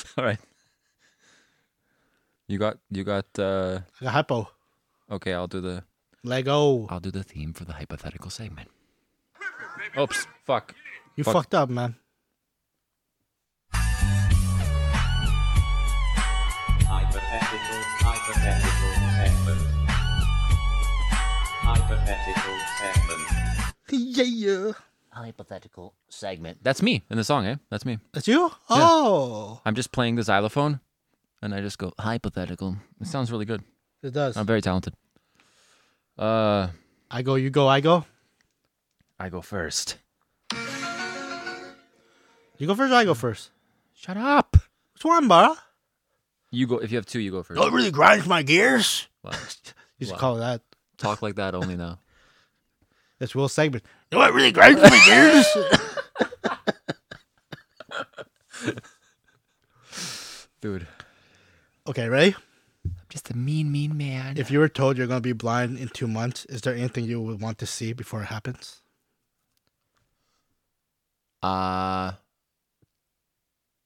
All right. You got you got uh
I got hypo.
okay, I'll do the
Lego.
I'll do the theme for the hypothetical segment. Oops, fuck.
You
fuck.
fucked up, man.
Hypothetical, hypothetical segment. Hypothetical segment.
yeah.
Hypothetical segment.
That's me in the song, eh? That's me.
That's you? Oh.
I'm just playing the xylophone and I just go hypothetical. It sounds really good.
It does.
I'm very talented. Uh
I go, you go, I go.
I go first.
You go first or I go first?
Shut up.
What's one, Bara?
You go if you have two. You go first.
Don't really grinds my gears.
Wow.
You should
Wow.
call it that.
Talk like that only now.
That's Will's segment. You know what really grinds my gears?
Dude,
okay, ready?
I'm just a mean, mean man.
If you were told you're going to be blind in two months, is there anything you would want to see before it happens?
uh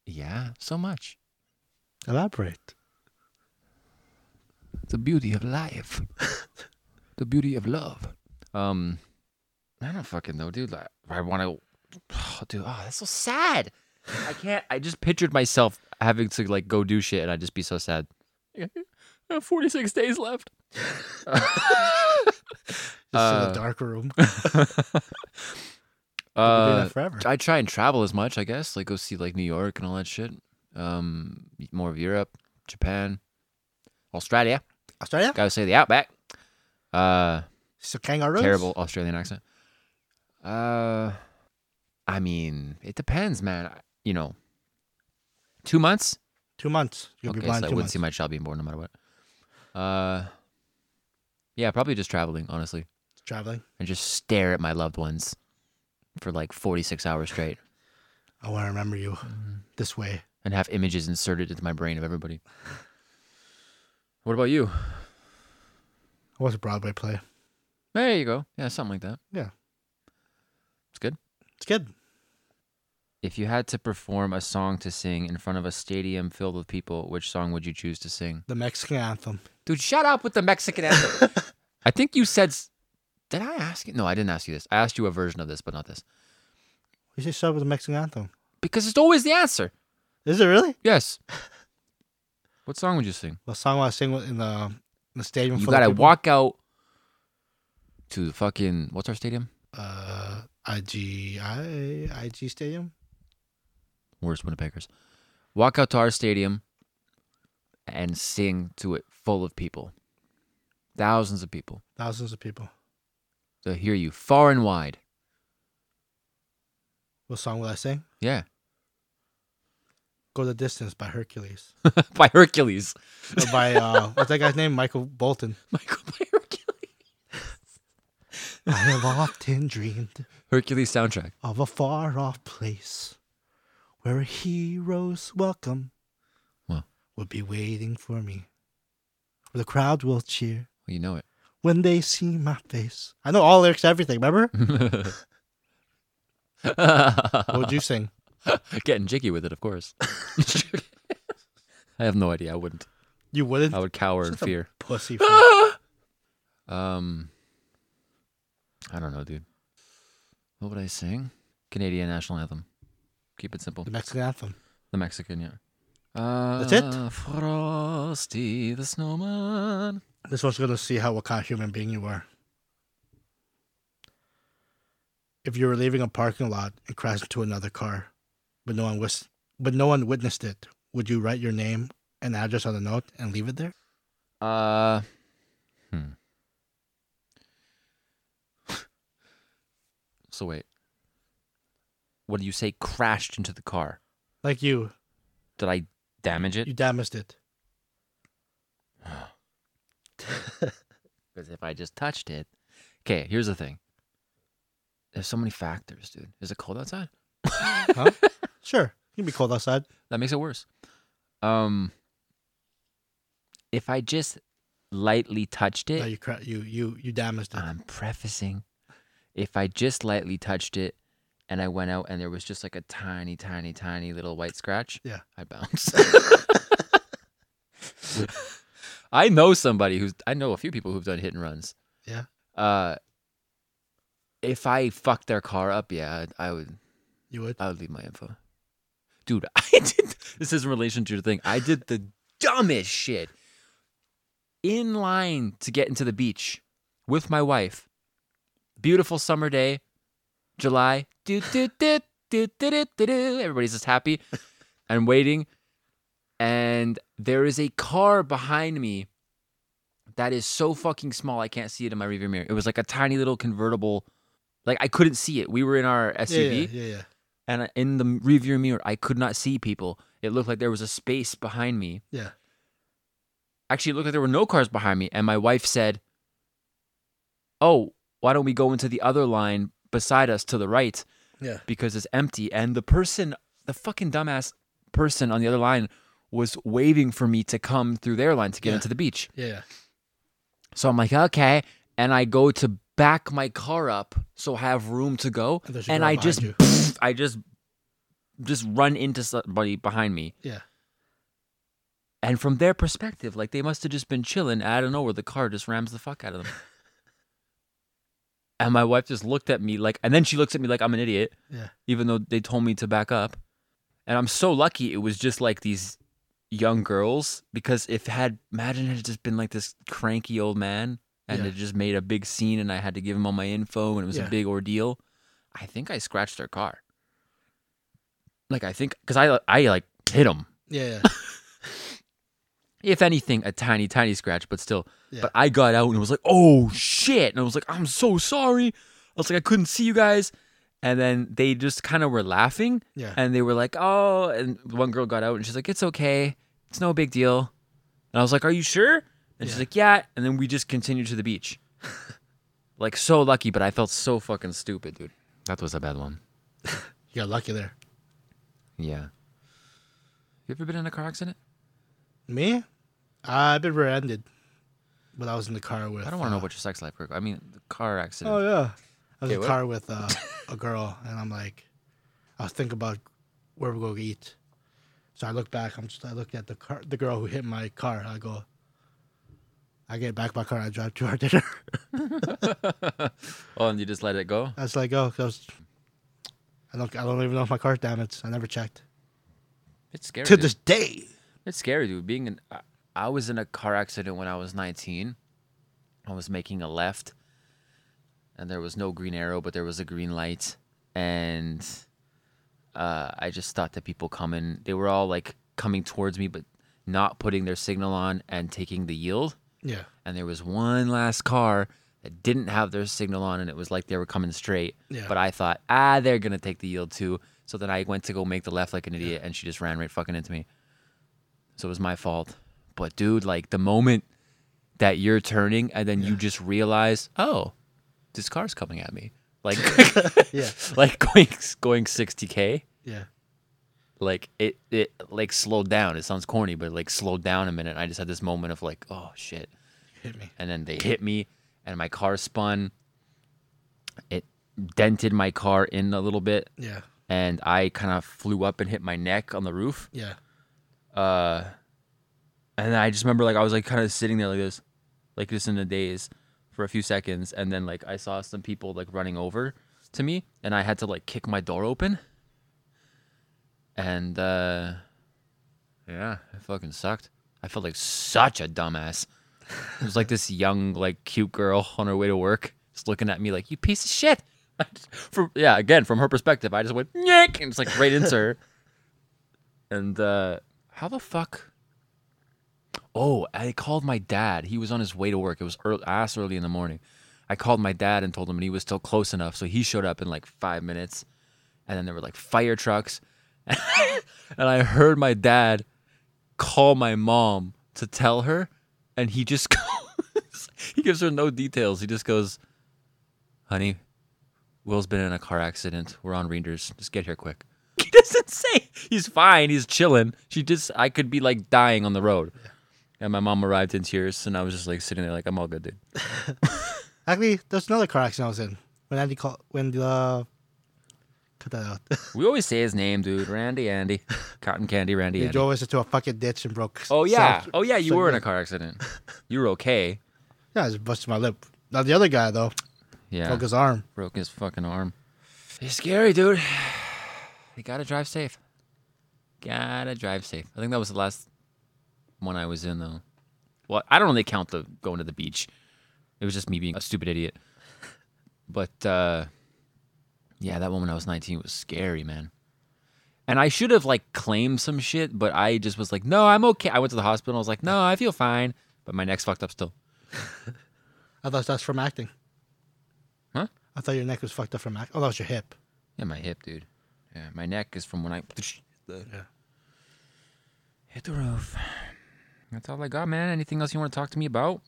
Yeah, so much.
Elaborate.
The beauty of life. the beauty of love. Um I don't fucking know, dude. Like, I want to oh, dude, oh, that's so sad. I can't I just pictured myself having to like go do shit and I'd just be so sad. 46 days left.
Just in a dark room. We'll do
Uh,
that forever.
I try and travel as much, I guess. Like go see like New York and all that shit. Um, more of Europe, Japan, Australia.
Australia?
Gotta say the Outback. Uh,
So kangaroos?
terrible Australian accent. Uh, I mean, it depends, man. I- You know, two months.
Two months. You'll be
okay, so I
blind two
wouldn't
months.
see my child being born no matter what. Uh, yeah, probably just traveling, honestly,
Traveling.
and just stare at my loved ones for like forty-six hours straight.
Oh, I want to remember you this way.
and have images inserted into my brain of everybody. What about you?
It was a Broadway play.
There you go. Yeah, something like that.
Yeah.
It's good.
It's good.
If you had to perform a song to sing in front of a stadium filled with people, which song would you choose to sing?
The Mexican anthem.
Dude, shut up with the Mexican anthem. I think you said. s- Did I ask you? No, I didn't ask you this. I asked you a version of this, but not this.
You should start with the Mexican anthem.
Because it's always the answer.
Is it really?
Yes. What song would you sing?
What song I was singing in the, in the stadium?
You
full of
gotta
people?
walk out to the fucking. What's our stadium?
Uh, IG, I, IG Stadium?
worst Winnipeggers. Walk out to our stadium and sing to it full of people. Thousands of people.
Thousands of people.
They'll hear you far and wide.
What song will I sing?
Yeah.
Go the Distance by Hercules.
By Hercules.
Or by, uh, what's that guy's name? Michael Bolton.
Michael by Hercules.
I have often dreamed
Hercules soundtrack.
of a far off place where a hero's welcome
Wow.
will be waiting for me. Where the crowd will cheer
Well, you know it.
when they see my face. I know all lyrics, to everything, remember? what would you sing?
Getting jiggy with it, of course. I have no idea. I wouldn't.
You wouldn't?
I would cower in fear.
Pussy. fuck.
Um, I don't know, dude. What would I sing? Canadian national anthem. Keep it simple.
the Mexican anthem.
The Mexican, yeah. Uh,
That's it?
Frosty the Snowman.
This one's gonna see how what kind of human being you are. If you were leaving a parking lot and crashed into another car, but no one was, but no one witnessed it, would you write your name and address on the note and leave it there?
Uh, hmm. so wait. What do you say? Crashed into the car.
Like you,
Did I damage
you
it?
damaged it.
Because if I just touched it, okay. Here's the thing. There's so many factors, dude. Is it cold outside?
Huh? sure, it can be cold outside.
That makes it worse. Um, if I just lightly touched it,
No, you cra- you you you damaged it.
I'm prefacing. If I just lightly touched it and I went out and there was just like a tiny, tiny, tiny little white scratch,
Yeah.
I bounce. I know somebody who's, I know a few people who've done hit and runs.
Yeah.
Uh, if I fucked their car up, yeah, I, I would,
You would.
I would leave my info. Dude, I did this is in relation to your thing. I did the dumbest shit. In line to get into the beach with my wife. Beautiful summer day, July. Do, do, do, do, do, do, do, do. Everybody's just happy and waiting. And there is a car behind me that is so fucking small I can't see it in my rearview mirror. It was like a tiny little convertible. Like I couldn't see it. We were in our SUV
yeah, yeah, yeah, yeah.
and I- in the rearview mirror, I could not see people. It looked like there was a space behind me.
Yeah.
Actually, it looked like there were no cars behind me. And my wife said, Oh, why don't we go into the other line beside us to the right?
Yeah.
because it's empty. And the person, the fucking dumbass person on the other line, was waving for me to come through their line to get
Yeah.
into the beach.
Yeah. yeah.
So I'm like, okay. And I go to back my car up so I have room to go.
And
And,
there's a girl
I
behind
just,
you.
I just, just run into somebody behind me.
Yeah.
And from their perspective, like they must have just been chilling. I don't know where the car just rams the fuck out of them. and my wife just looked at me like, and then she looks at me like I'm an idiot
Yeah.
even though they told me to back up. And I'm so lucky it was just like these young girls because if it had imagine it had just been like this cranky old man and
Yeah.
it just made a big scene and I had to give him all my info and it was
Yeah.
a big ordeal. I think I scratched their car. Like I think cuz I I like hit him.
Yeah.
If anything a tiny tiny scratch but still.
Yeah.
But I got out and was like, "Oh shit." And I was like, "I'm so sorry." I was like, "I couldn't see you guys." And then they just kind of were laughing
Yeah.
and they were like, "Oh," and one girl got out and she's like, "It's okay, it's no big deal." And I was like, "Are you sure?" And she's
Yeah.
like, "Yeah." And then we just continued to the beach. like so lucky, but I felt so fucking stupid, dude. That was a bad one.
You got lucky there.
Yeah. You ever been in a car accident?
Me? I've been rear-ended, but I was in the car with.
I don't want to
uh,
know what your sex life. I mean, the car accident.
Oh yeah, I was
Okay,
in
what?
the car with uh, a girl, and I'm like, I was thinking about where we go eat. So I look back. I'm just I look at the car, the girl who hit my car. I go, I get back in my car. and I drive to our dinner.
Oh, and you just let it go.
I was like, oh, 'cause I, was, I don't I don't even know if my car's damaged. I never checked
It's scary.
to
dude.
this day.
It's scary, dude. Being in, I- I was in a car accident when I was 19. I was making a left, and there was no green arrow, but there was a green light, and uh, I just thought that people coming, they were all like coming towards me, but not putting their signal on and taking the yield.
Yeah,
And there was one last car that didn't have their signal on, and it was like they were coming straight.
Yeah.
But I thought, ah, they're gonna take the yield too. So then I went to go make the left like an idiot, and she just ran right fucking into me. So it was my fault. But dude, like the moment that you're turning, and then you just realize, oh, this car's coming at me, like,
yeah,
like going going 60k
yeah,
like it it like slowed down it sounds corny but it like slowed down a minute i just had this moment of like oh shit
hit me.
and then they hit me and my car spun it dented my car in a little bit
Yeah,
and i kind of flew up and hit my neck on the roof
yeah,
Uh, and then i just remember like i was like kind of sitting there like this like just in a daze for a few seconds and then like i saw some people like running over to me and i had to like kick my door open and uh yeah it fucking sucked i felt like such a dumbass it was like this young like cute girl on her way to work just looking at me like you piece of shit I just- from, yeah again from her perspective i just went nick and it's like right into her and uh how the fuck Oh, I called my dad. He was on his way to work. It was early, I asked early in the morning. I called my dad and told him, and he was still close enough, so he showed up in like five minutes. And then there were like fire trucks, and I heard my dad call my mom to tell her, and he just goes, he gives her no details. He just goes, "Honey, Will's been in a car accident. We're on Rangers. Just get here quick." He doesn't say he's fine. He's chilling. She just I could be like dying on the road. And my mom arrived in tears, and I was just like sitting there, like I'm all good, dude.
actually, there's another car accident I was in when Andy called when the uh, cut that out.
We always say his name, dude. Randy, Andy, Cotton Candy, Randy,
You
Andy.
drove us into a fucking ditch and broke.
Oh yeah,
self-
oh yeah. You
so-
were in a car accident. You were okay.
Yeah, I just busted my lip. Now the other guy though
Yeah,
broke his arm.
broke his fucking arm. It's scary, dude. You gotta drive safe. Gotta drive safe. I think that was the last one I was in, though. Well, I don't really count the going to the beach. It was just me being a stupid idiot. But uh, yeah, that one when I was 19 was scary, man. And I should have like claimed some shit, but I just was like, no, I'm okay. I went to the hospital. I was like, no, I feel fine. But my neck's fucked up still.
I thought that's from acting.
Huh?
I thought your neck was fucked up from acting. Oh, that was your hip.
Yeah, my hip, dude. Yeah, my neck is from when I. The,
Yeah.
Hit the roof. That's all I got, man. Anything else you want to talk to me about?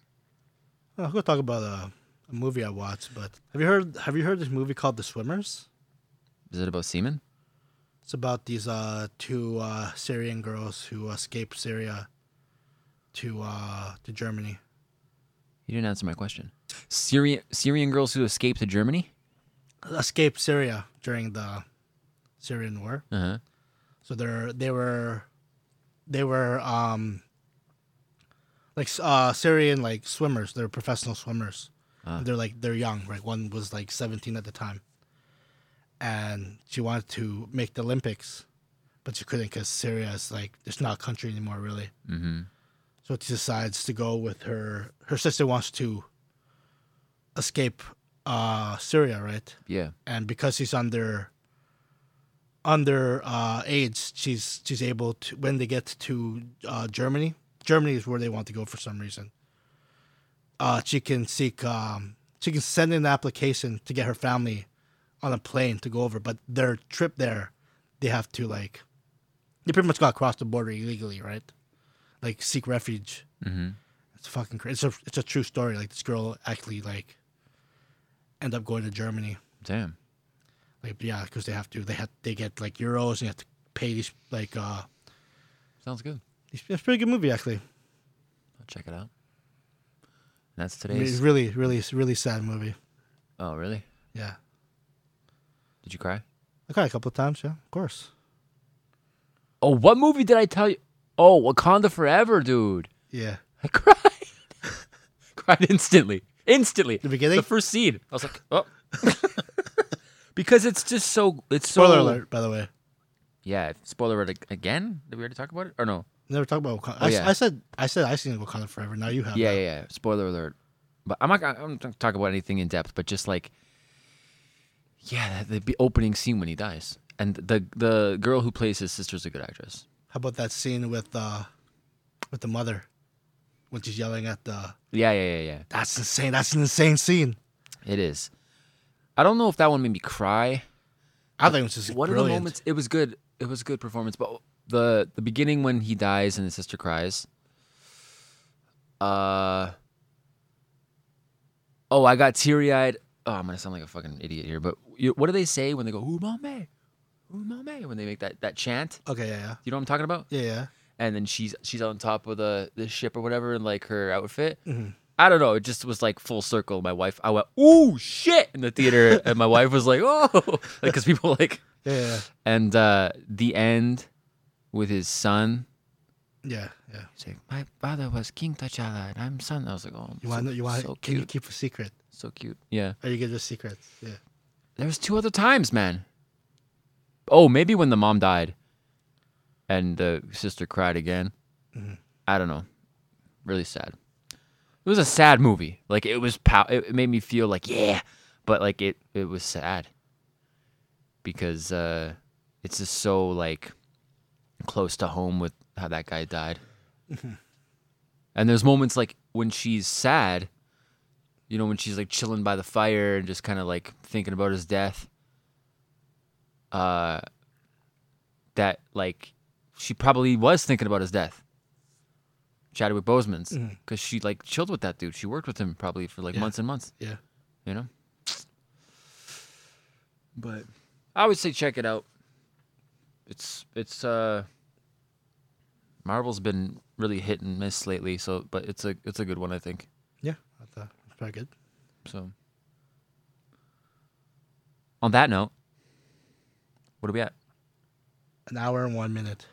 I'll go talk about uh, a movie I watched. But have you heard? Have you heard this movie called The Swimmers?
Is it about semen?
It's about these uh, two uh, Syrian girls who escaped Syria to uh, to Germany.
You didn't answer my question. Syrian Syrian girls who escaped to Germany.
Escaped Syria during the Syrian War.
Uh huh.
So they're they were they were um like uh Syrian like swimmers. They're professional swimmers. They're like they're young, right? One was like seventeen at the time. And she wanted to make the Olympics, but she couldn't because Syria is like it's not a country anymore, really. Mm-hmm. So she decides to go with her. Her sister wants to escape uh, Syria, right?
Yeah.
and because she's under under uh, age, she's she's able to when they get to uh, Germany. Germany is where they want to go for some reason. Uh, she can seek um, she can send in an application to get her family on a plane to go over, but their trip there, they have to like they pretty much got across the border illegally, right? Like seek refuge. Mm-hmm. It's fucking crazy. It's a it's a true story. Like this girl actually like end up going to Germany
Damn.
like yeah because they have to they had they get like euros and you have to pay these like uh
Sounds good.
it's, it's a pretty good movie actually
I'll check it out. And that's
I mean, it's
today's.
really really it's a really sad movie
Oh, really?
yeah
Did you cry?
I cried a couple of times yeah of course
Oh, what movie did I tell you? Oh, Wakanda Forever, dude.
yeah
I cried. cried instantly. Instantly.
The beginning?
The first scene. I was like, oh. because it's just so. It's so.
spoiler alert by the way
Yeah. if- Spoiler alert ag- again? Did we already talk about it? Or no?
never talk about Wakanda I, s-
yeah.
I said I said I've seen Wakanda forever now you have
Yeah,
that.
yeah, yeah. Spoiler alert. But I'm not. gonna- I'm not gonna talk about anything in depth. But just like, yeah, the, the opening scene when he dies, and the the girl who plays his sister's a good actress.
how about that scene with uh with the mother when she's yelling at the
Yeah, yeah, yeah, yeah.
that's insane that's an insane scene
It is. I don't know if that one made me cry.
I think it was just
One of
brilliant
the moments. It was good. It was a good performance. But the the beginning when he dies and his sister cries. Uh. Oh, I got teary eyed. Oh, I'm gonna sound like a fucking idiot here. But you, what do they say when they go "Umame, Umame" when they make that that chant?
okay yeah
You know what I'm talking about?
yeah yeah yeah
and then she's she's on top of the the ship or whatever in like her outfit. I don't know. It just was like full circle. My wife, I went, "Ooh, shit!" in the theater, and my wife was like, "Oh," like because people like.
yeah yeah
And uh the end with his son.
yeah, yeah.
He's like, "My father was King T'Challa, and I'm son." I was like, "Oh,
you want to
so,
you want
so
can you
cute,
keep a secret
so cute." Yeah,
are you good with secrets yeah
there was two other times, man. Oh, maybe when the mom died, and the sister cried again. I don't know. Really sad. It was a sad movie. Like it was, pow- it it made me feel like yeah, but like it, it was sad because uh, it's just so like close to home with how that guy died. and there's moments like when she's sad, you know, when she's like chilling by the fire and just kind of like thinking about his death. Uh, that like she probably was thinking about his death. Chadwick Boseman's because she like chilled with that dude. She worked with him probably for like months and months.
yeah
You know. But I would say check it out. It's it's uh. Marvel's been really hit and miss lately, so but it's a it's a good one I think.
yeah I thought it was very good.
So, on that note, what are we at?
an hour and one minute.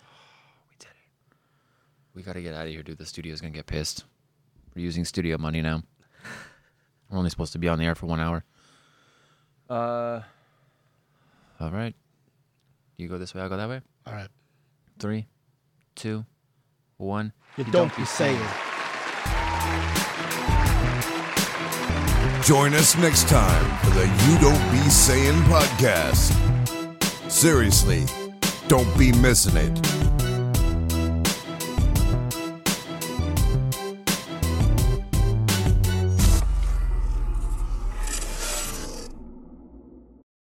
We got to get out of here, dude. The studio's going to get pissed. We're using studio money now. We're only supposed to be on the air for one hour. Uh, all right. You go this way, I'll go that way.
All right.
Three, two, one.
You, don't, be saying.
Join us next time for the You Don't Be Saying podcast. Seriously, don't be missing it.